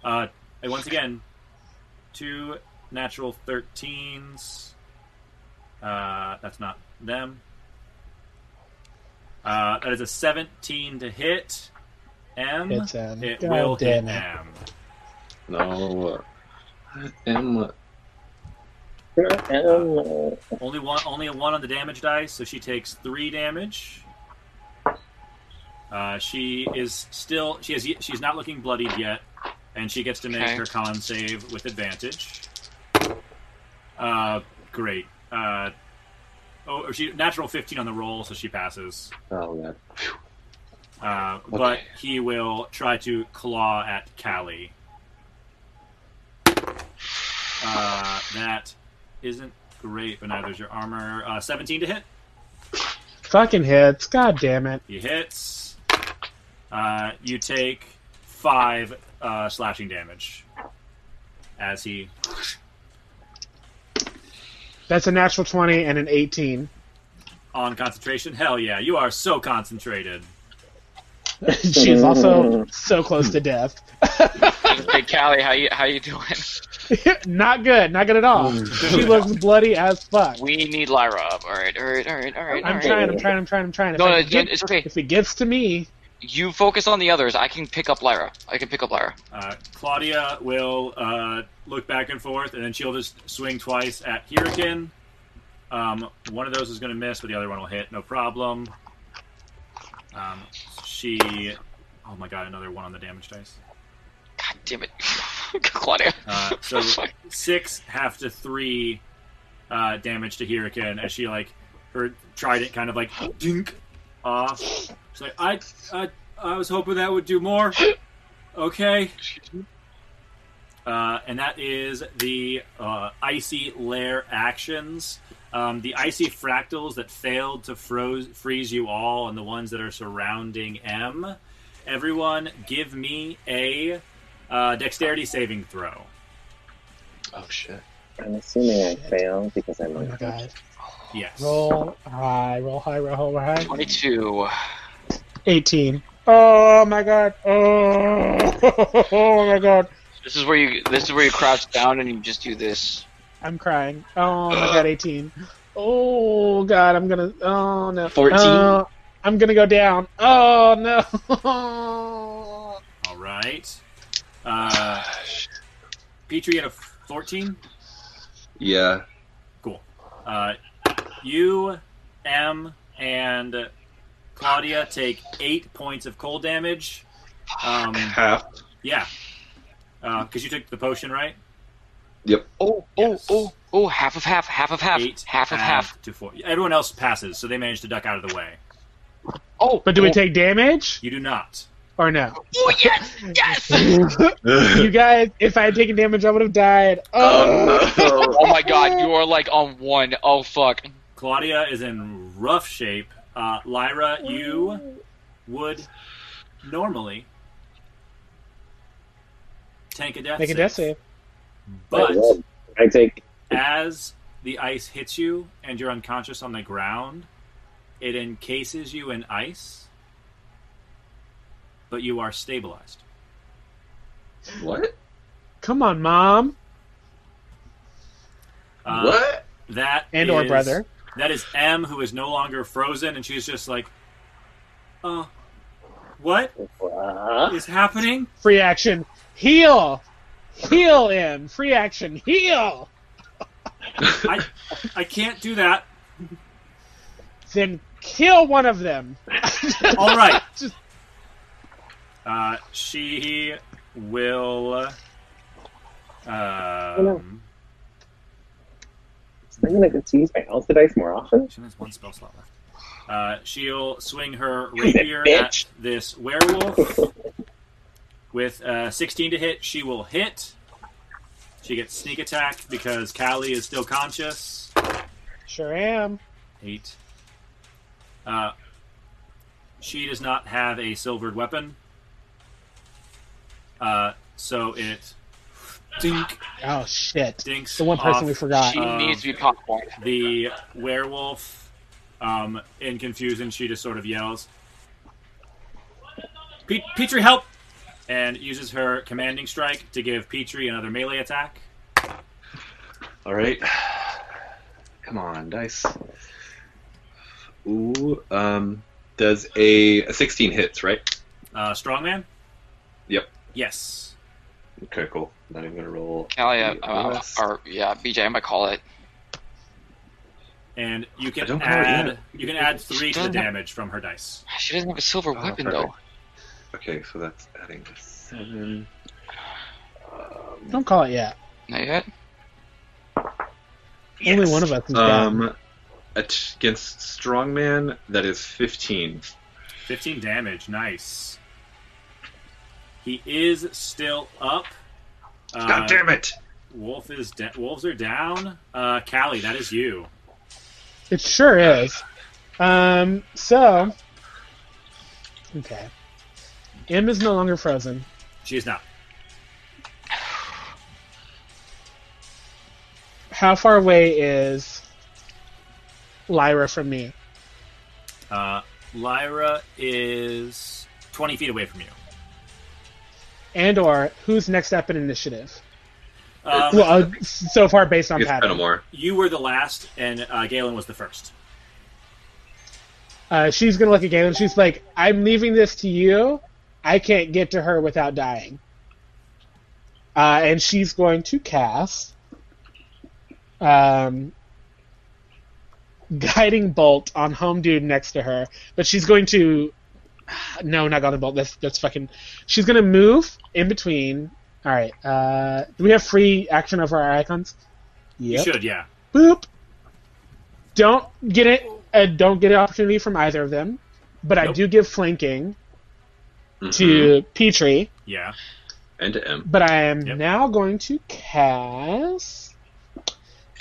Uh, and once again, two natural 13s. Uh, that's not them. Uh, that is a 17 to hit M. Hits M. It um, God will hit damn it. M. No. M. Um, Only one, only a one on the damage dice, so she takes three damage. Uh, she is still she has ye- she's not looking bloodied yet, and she gets to make Okay. her con save with advantage. Uh, great. Uh, Oh, or she natural fifteen on the roll, so she passes. Oh, man. Uh, But he will try to claw at Callie. Uh, that isn't great, but neither is your armor. Uh, 17 to hit. Fucking hits. God damn it. He hits. Uh, you take five uh, slashing damage as he. That's a natural 20 and an 18. On concentration? Hell yeah, you are so concentrated. She's also so close to death. hey, Callie, how you how you doing? not good. Not good at all. She looks bloody as fuck. We need Lyra up. All right, all right, all right, all right. all I'm right. trying, I'm trying, I'm trying, I'm trying. If, No, I no, get- it's okay. if it gets to me, You focus on the others. I can pick up Lyra. I can pick up Lyra. Uh, Claudia will uh, look back and forth, and then she'll just swing twice at Hurricane. Um, one of those is going to miss, but the other one will hit, no problem. Um, she, oh my god, another one on the damage dice. God damn it, Claudia. Uh, so six half to three uh, damage to Hurricane as she like her trident kind of like dink off. She's like, I, I, I was hoping that would do more. Okay. Uh, and that is the uh, icy lair actions. Um, the icy fractals that failed to froze, freeze you all, and the ones that are surrounding M. Everyone, give me a uh, dexterity saving throw. Oh shit. I'm assuming I fail because I'm oh on my god. Yes. Roll high, roll high, roll high. Twenty-two. 18. Oh my god. Oh, oh my god. This is where you this is where you crouch down and you just do this. I'm crying. Oh my god, 18. Oh god, I'm gonna. Oh no. 14? Oh, I'm gonna go down. Oh no. All right. Uh, Petrie had a 14. Yeah. Cool. Uh, you, M, and Claudia take eight points of cold damage. Um, Half. yeah. Because you took the potion, right? Yep. Oh, Yes. oh, oh, oh, half of half, half of half, Eight, half of half. to four. Everyone else passes, so they manage to duck out of the way. Oh, But do we oh, take damage? You do not. Or no? Oh yes, yes! You guys, if I had taken damage, I would have died. Oh, Uh, oh my God, you are like on one. Oh fuck. Claudia is in rough shape. Uh, Lyra, you would normally tank a death Make a save, death save. But I take. as the ice hits you and you're unconscious on the ground, it encases you in ice, but you are stabilized. What? Come on, mom. Uh, what? That And or is- brother. That is M, who is no longer frozen, and she's just like, uh, what is happening? Free action. Heal. Heal him. Free action. Heal. I, I can't do that. Then kill one of them. All right. Just- Uh, she will. Um, I'm gonna get to use my Elsa dice more often. she has one spell slot left. Uh, she'll swing her rapier at bitch. this werewolf. With uh, 16 to hit, she will hit. She gets sneak attack because Callie is still conscious. Sure am. Eight. Uh, she does not have a silvered weapon. Uh, so it dink, Oh shit. dinks The one off person we forgot. She Um, needs to be popcorn. the werewolf. Um, in confusion, she just sort of yells, "Pe- Petrie, help! And uses her commanding strike to give Petrie another melee attack. All right. Come on, dice. Ooh. Um. Does a, a sixteen hits right? Uh, strongman? Yep. Yes. Okay, cool. Then I'm gonna roll. Callie, uh, uh, Yes. or yeah, BJ, I'm gonna call it. And you I can don't know it add yet. you can add three to the Don't have- damage from her dice. She doesn't have a silver Oh, weapon perfect. though. Okay, so that's adding a seven. Don't call it yet. Not yet. Only one of us is down. Um, at- against Strongman, that is 15. 15 damage. Nice. He is still up. Uh, God damn it! Wolf is da- wolves are down. Uh, Callie, that is you. It sure is. Um, so, okay. M is no longer frozen. She's not. How far away is Lyra from me? Uh, Lyra is 20 feet away from you. And or who's next up in initiative? Um, Well, uh, so far based on It's pattern. Fenimore. you were the last, and uh, Galen was the first. Uh, she's gonna look at Galen. She's like, "I'm leaving this to you. I can't get to her without dying." Uh, and she's going to cast um, guiding bolt on home dude next to her. But she's going to no, not guiding bolt. That's that's fucking. She's gonna move in between. All right. Uh, do we have free action over our icons? Yep. You should, yeah. Boop. Don't get it. Uh, don't get an opportunity from either of them, but I Nope. do give flanking Mhm. to Petrie. Yeah. And to M. But I am Yep. now going to cast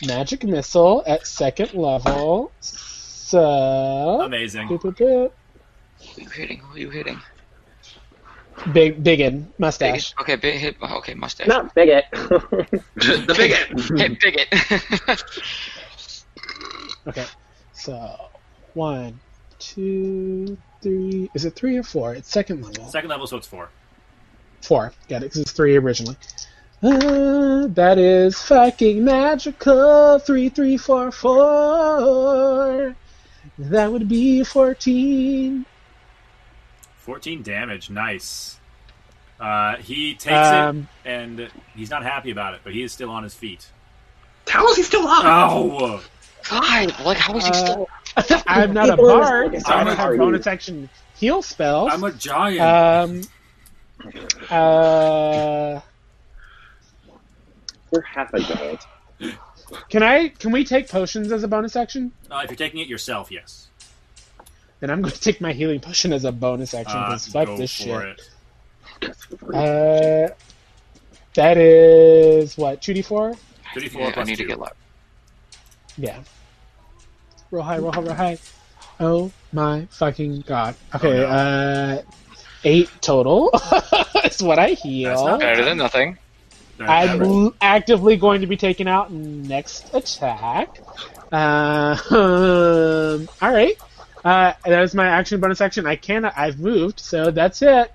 magic missile at second level. So Amazing. boop, boop, boop. Who are you hitting? Who are you hitting? big biggin mustache. Bigot. Okay, big hit. Oh, Okay, mustache. Not bigot. the bigot! Hit bigot. Okay, so one, two, three. Is it three or four? It's second level. Second level, so it's four. Four. Got it. This is three originally. Uh, that is fucking magical. Three, three, four, four. That would be fourteen. 14 damage. Nice. Uh, he takes Um, it, and he's not happy about it, but he is still on his feet. How is he still up? Oh! God, like how is he Uh, still? I'm not a People are bard, just so I like, don't "How are have you?" bonus action heal spells. I'm a giant. um. Uh. We're half a giant. Can I? Can we take potions as a bonus action? Uh, if you're taking it yourself, yes. Then I'm going to take my healing potion as a bonus action. Uh, 'cause go fuck this for shit. it. Uh, that is what two d four. 34 Yeah, I plus need to two. get low. Yeah. Roll high, roll high, roll high. Oh my fucking god. Okay, Oh, no. uh, eight total is what I heal. That's not- Better than nothing. That- I'm that- l- actively going to be taken out next attack. Uh, um, all right. Uh, that is my action bonus action. I can I've moved, so that's it.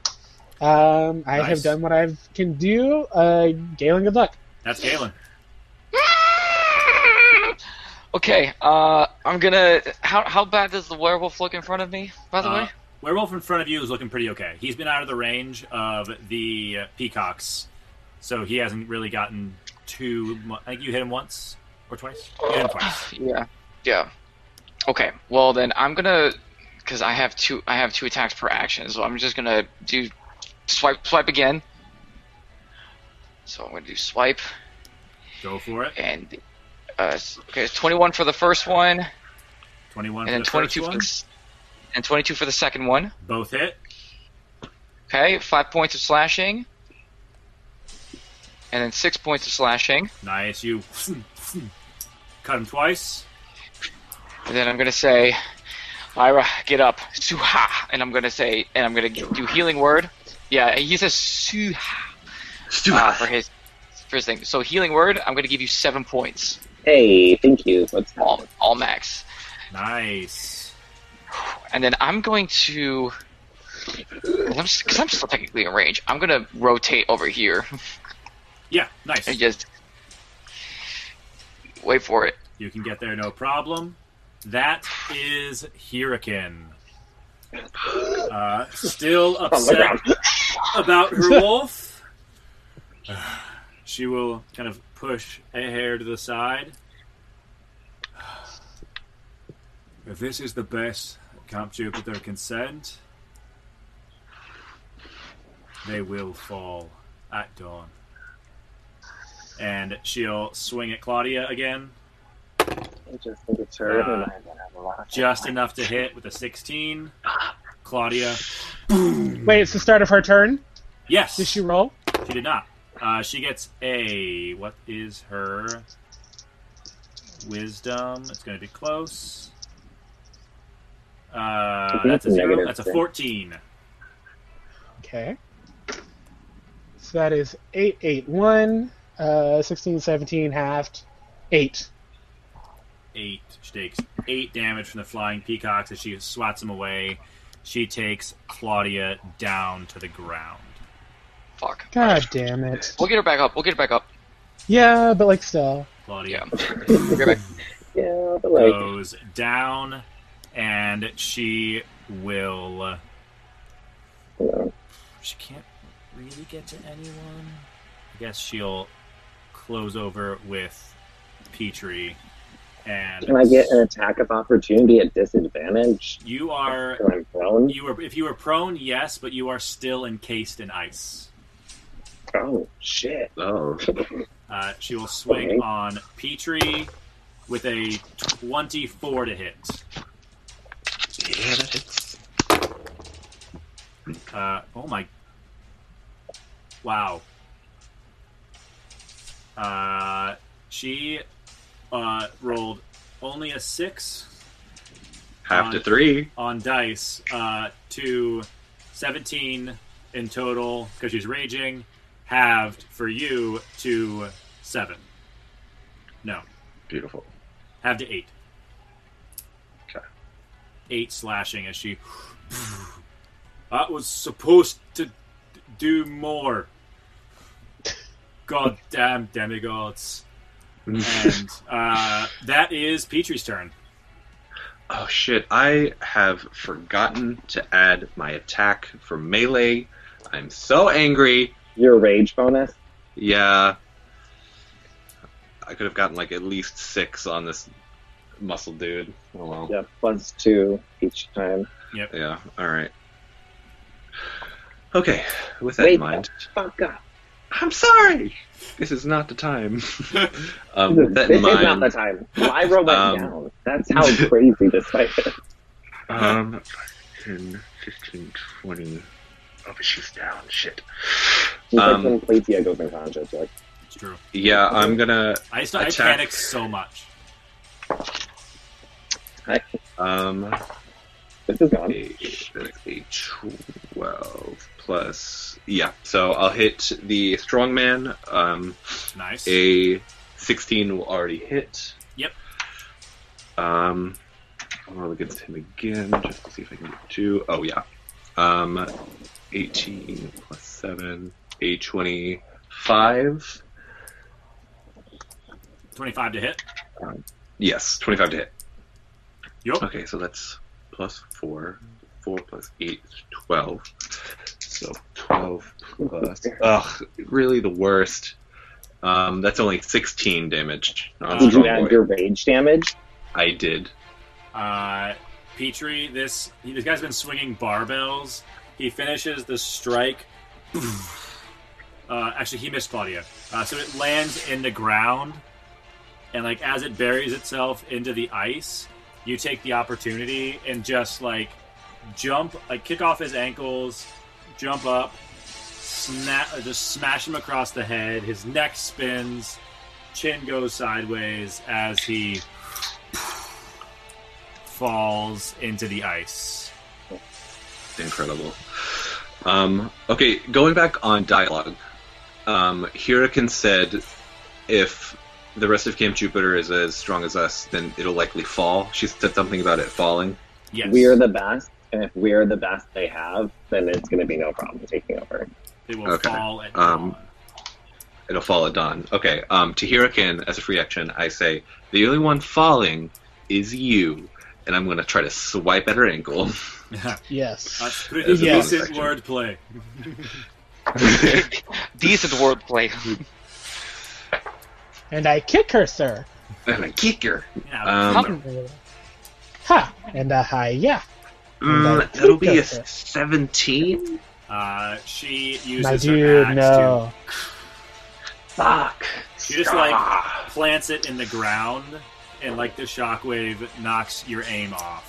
Um, I Nice. have done what I can do. Uh, Galen, good luck. That's Galen. Okay, uh, I'm gonna. How how bad does the werewolf look in front of me? By the Uh, way, werewolf in front of you is looking pretty okay. He's been out of the range of the uh, peacocks, so he hasn't really gotten too. Mu- I think you hit him once or twice. You hit him twice. yeah, yeah. Okay, well then I'm gonna, cause I have two. I have two attacks per action, so I'm just gonna do swipe swipe again. So I'm gonna do swipe Go for it. and uh, s- okay, it's 21 for the first one, and Twenty-one then for the 22 first for one. the, s- and 22 for the second one. Both hit. Okay, five points of slashing. And then six points of slashing. Nice. You cut him twice. And then I'm gonna say, Lyra, get up. Suha. And I'm gonna say, and I'm gonna g- do healing word. Yeah, he says suha Ah. uh, for his for his thing. So healing word, I'm gonna give you seven points, Hey, thank you. What's up? all all max. Nice. And then I'm going to, because I'm, s- 'cause I'm still technically in range. I'm gonna rotate over here Yeah. Nice. and just wait for it. You can get there no problem. That is Hurricane. Uh, still upset about her wolf. She will kind of push a hair to the side. If this is the best Camp Jupiter can send, they will fall at dawn. And she'll swing at Claudia again. It just took a turn, Uh, and I'm gonna have a lot of Just enough to hit with a 16. Claudia. Boom. Wait, it's the start of her turn. Yes. Did she roll? She did not. Uh, she gets a. What is her wisdom? It's going to be close. I Uh, think that's a it's zero. negative That's a ten. fourteen. Okay. So that is 881, uh, 16, 17, halved, 8. Eight. She takes eight damage from the flying peacocks as she swats them away. She takes Claudia down to the ground. Fuck. God damn it. We'll get her back up. We'll get her back up. Yeah, but like still. Claudia We'll get her back. Yeah, but like, Oh. goes down, and she will. Hello. She can't really get to anyone. I guess she'll close over with Petrie, and can I get an attack of opportunity at disadvantage? you are Because I'm prone. you were if you were prone, yes, but you are still encased in ice. Oh shit! Oh, Uh, she will swing Okay. on Petrie with a twenty-four to hit. yeah, that hits. Uh, oh my! Wow. Uh, she uh, rolled only a six Half to three. on dice uh, to 17 in total because she's raging, halved for you to seven. No, Beautiful. halved to eight. Okay. Eight slashing as she. I was supposed to do more. Goddamn demigods. and uh, that is Petrie's turn. Oh shit, I have forgotten to add my attack for melee. I'm so angry. Your rage bonus. Yeah. I could have gotten like at least six on this muscle dude. Oh well. Yeah, plus two each time. Yeah, alright. Okay, with that Wait in mind. Fuck up. I'm sorry! This is not the time. um, with This is that in not mind. the time. Lyra went Um, down. That's how crazy this fight is. Um, 10, 15, 20. Oh, but she's down. Shit. She's Um, like when Platia goes unconscious. Like, It's true. Yeah, I'm gonna. I just I Attack. panic so much. Um, this is gone. a, a 12 plus. Yeah, so I'll hit the strongman. Um, Nice. a 16 will already hit. Yep. Um, I'll roll against him again just to see if I can get two. Oh, yeah. Um, 18 plus 7, a 25. 25 to hit. Yes, 25 to hit. Yup. Okay, so that's plus 4. 4 plus 8 is 12. So 12 plus. Ugh, really the worst. Um, that's only 16 damage. on Did you strong add Oh, boy. your rage damage? I did. Uh, Petrie, this he- this guy's been swinging barbells. He finishes the strike. Uh, actually, he missed Claudia, uh, so it lands in the ground, and like as it buries itself into the ice, you take the opportunity and just like jump, like kick off his ankles, jump up, snap, uh, just smash him across the head. His neck spins, chin goes sideways as he falls into the ice. Incredible. Um, okay, going back on dialogue, um, Huracan said if the rest of Camp Jupiter is as strong as us, then it'll likely fall. She said something about it falling. Yes, We're the best, and if we're the best they have, then it's going to be no problem taking over. it will okay. fall at Um, dawn. It'll fall at dawn. Okay, um, to Huracan, as a free action, I say, the only one falling is you, and I'm going to try to swipe at her ankle. Yes. That's pretty As a bonus decent action. wordplay. Decent wordplay. And I kick her, sir. and I kick her. Yeah, Um, Ha! And a hi, yeah. mm, that'll be a 17? uh, she My uses her dude, axe no. Fuck. to. She just like plants it in the ground, and like the shockwave knocks your aim off.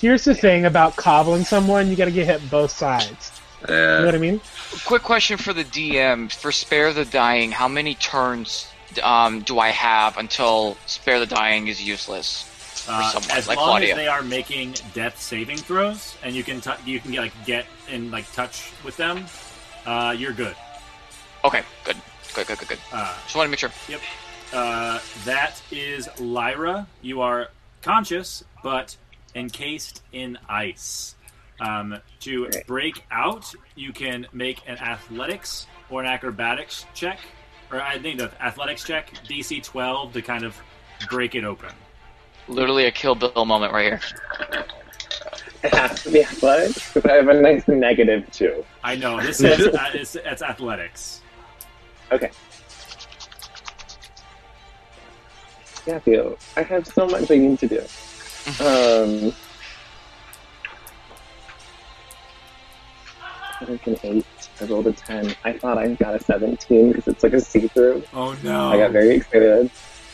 Here's the thing about cobbling someone: you got to get hit both sides. You know what I mean? Quick question for the DM: For spare the dying, how many turns um, do I have until spare the dying is useless? For Uh, someone as like long Claudia. as they are making death saving throws, and you can t- you can like get in like touch with them, uh, you're good. Okay, good, good, good, good, good. Uh, Just want to make sure. Yep. Uh, that is Lyra. You are conscious, but encased in ice. Um, to Okay. break out, you can make an athletics or an acrobatics check, or I think the athletics check, DC 12, to kind of break it open. Literally a Kill Bill moment right here. It has to be athletics because I have a nice negative two. I know this is uh, it's, it's athletics. Okay. Matthew, I have so much I need to do. Um, I rolled an eight. I rolled a ten. I thought I got a seventeen because it's like a see-through. Oh no! I got very excited.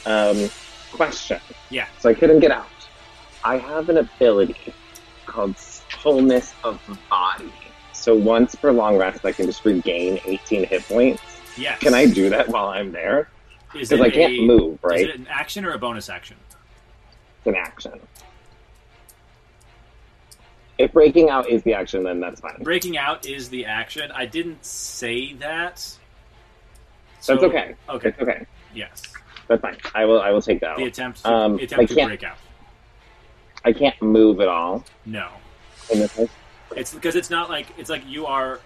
Um, question. Yeah. So I couldn't get out. I have an ability called Wholeness of the Body. So once per long rest, I can just regain 18 hit points. Yes. Can I do that while I'm there? Is Because it I can't a- move, right? Is it an action or a bonus action? It's an action. If breaking out is the action, then that's fine. Breaking out is the action. I didn't say that. So That's okay. Oh, Okay. It's okay. Yes. That's fine. I will. I will take that. The One. attempt to, Um, the I attempt to can't- break out. I can't move at all No. in this. Case. It's because it's not like it's like you are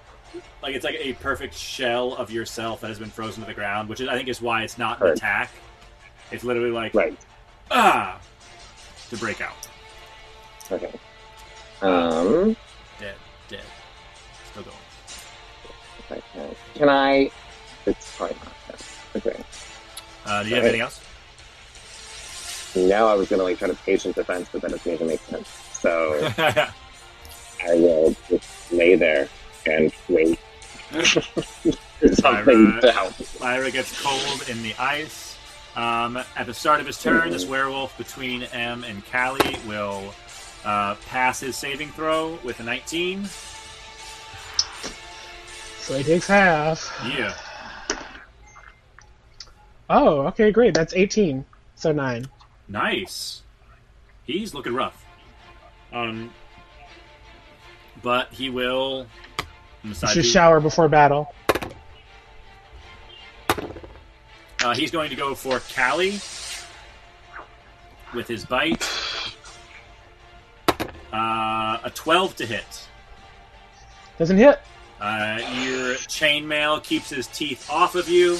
like it's like a perfect shell of yourself that has been frozen to the ground, which is I think is why it's not an Right. attack. It's literally like Right. ah to break out. Okay. Um. Dead, dead. Still going. okay. Can I? It's probably not. that. Okay. Uh, do you have anything else? Now I was gonna like try to patient defense, but that doesn't even make sense. So I will just lay there and wait for something to help. Lyra gets cold in the ice. Um, at the start of his turn, this werewolf between M and Callie will uh, pass his saving throw with a 19. So he takes half. Yeah. Oh, okay, great. That's 18. So nine. Nice. He's looking rough. Um, but he will. Should shower before battle. Uh, he's going to go for Callie with his bite. Uh, a 12 to hit. Doesn't hit. Uh, your chainmail keeps his teeth off of you,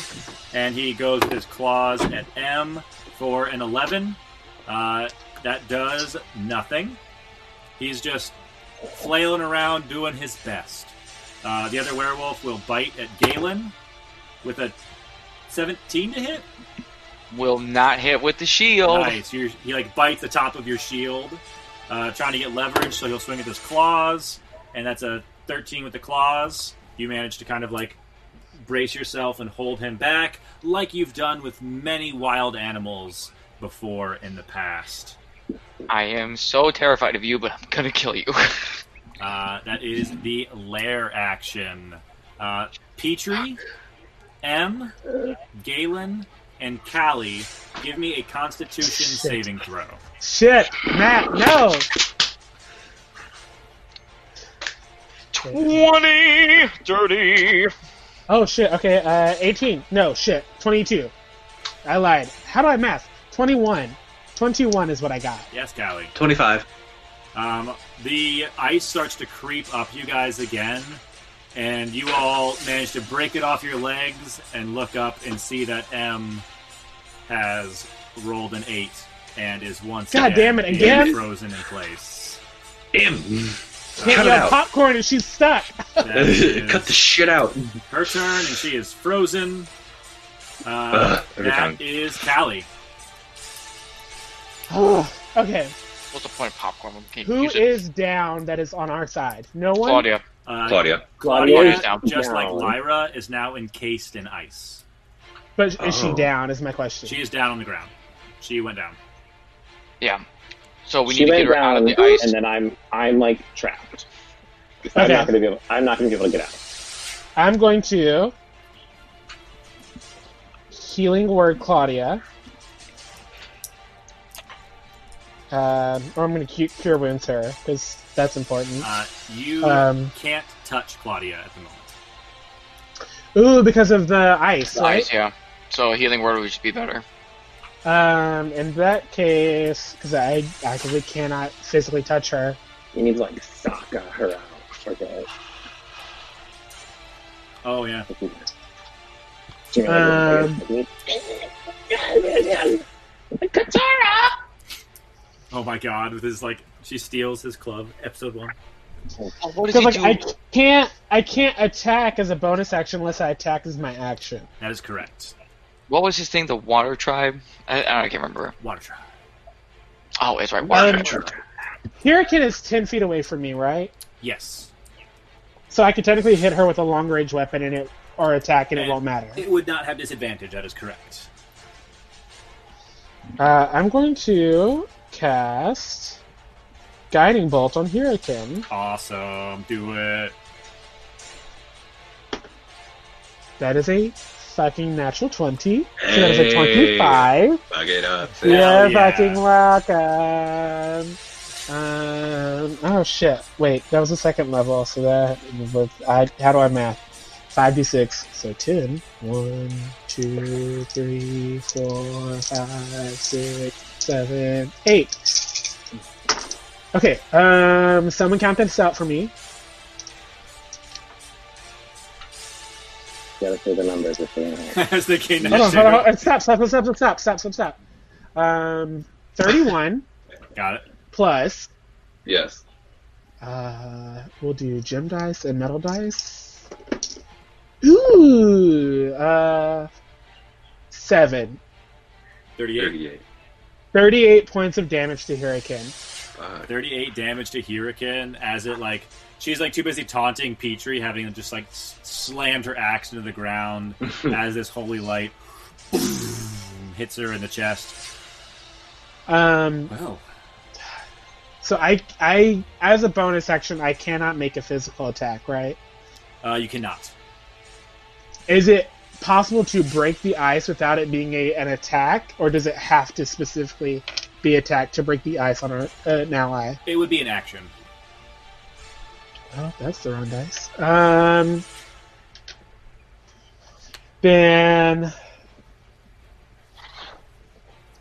and he goes with his claws at M for an 11. Uh, that does nothing. He's just flailing around doing his best. Uh, the other werewolf will bite at Galen with a 17 to hit. Will not hit with the shield. Nice. You're, he like bites the top of your shield, uh, trying to get leverage. So he'll swing with his claws, and that's a 13 with the claws. You manage to kind of like brace yourself and hold him back, like you've done with many wild animals before in the past. I am so terrified of you, but I'm gonna kill you. Uh, that is the lair action. Uh, Petrie, M, Galen, and Callie, give me a Constitution saving throw. Shit, Matt, no! Twenty, dirty. Oh, shit, okay, uh, 18. No, shit, 22. I lied. How do I math? 21. 21 is what I got. Yes, Callie. 25. Um, the ice starts to creep up you guys again, and you all manage to break it off your legs and look up and see that M has rolled an eight and is once God again damn it, being again? frozen in place. Can't Cut it yell out. popcorn and she's stuck. That Cut the is shit out. her turn, and she is frozen. Uh, Ugh, every time. that is Callie. okay, What's the point of popcorn? when we can't who use it? is down that is on our side? No one? Claudia? Uh, Claudia. Claudia, Claudia's down. just like down. Lyra, is now encased in ice. But is she Oh. down? Is my question. She is down on the ground. She went down. Yeah. So we she need to went get her out down, of the ice. and then I'm I'm like trapped. I'm Okay. not gonna be able. I'm not gonna be able to get out. I'm going to healing word Claudia. Um, or I'm going to cure wounds her because that's important. Uh, you Um. can't touch Claudia at the moment. Ooh, because of the ice, The right? ice, yeah. So a healing word would just be better. Um, in that case, because I actively cannot physically touch her. You need to like Sokka her out or the Oh yeah. Jimmy Lee Um. Curtis. Oh my god. With his like, she steals his club. Episode one. Oh, What does Because he like do? I can't, I can't attack as a bonus action unless I attack as my action. That is correct. What was his thing? The Water Tribe? I, I, don't, I can't remember. Water tribe. Oh, it's right. Water Um, Tribe. Hurricane is ten feet away from me, right? Yes. So I could technically hit her with a long range weapon and it or attack and it won't matter. It would not have disadvantage. That is correct. Uh, I'm going to cast Guiding Bolt on Hurricane. Awesome. Do it. That is a fucking natural twenty. So that is a Hey. twenty-five. Bug it up. Yeah, Hell yeah. fucking welcome. Um, oh shit! Wait, that was the second level, so that was I. How do I math? Five d six, so ten. One, two, three, four, five, six, seven, eight. Okay. Um, someone count this out for me. Gotta say the numbers if they know. As the king. Hold on, hold on, hold on. Stop, stop, stop, stop, stop, stop, stop, stop. Um, thirty-one Got it. plus Yes. Uh, we'll do gem dice and metal dice. Ooh, uh, seven. Thirty-eight. 38. 38 points of damage to Hurricane. Fuck. 38 damage to Hurricane as it like she's like too busy taunting Petrie, having just like s- slammed her axe into the ground as this holy light hits her in the chest. Oh, Um, Well, so I, I, as a bonus action, I cannot make a physical attack, right? uh, you cannot. Is it possible to break the ice without it being a, an attack, or does it have to specifically be attacked to break the ice on a, an ally? It would be an action. Oh, that's the wrong dice. Um, then,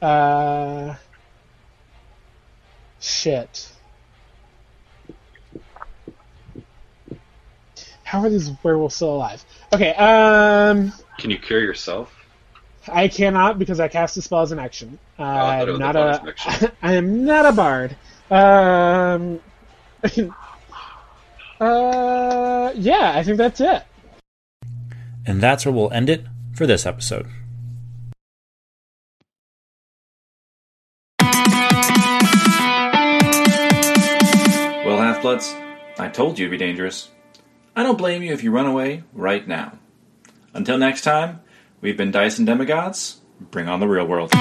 uh, shit. How are these werewolves still alive? Okay, um, Can you cure yourself? I cannot because I cast a spell as an action. Uh, Oh, I thought it I'm was not a bonus a. action. I am not a bard. Um. uh. Yeah, I think that's it. And that's where we'll end it for this episode. Well, Half Bloods, I told you to be dangerous. I don't blame you if you run away right now. Until next time, we've been Dice and Demigods. Bring on the real world.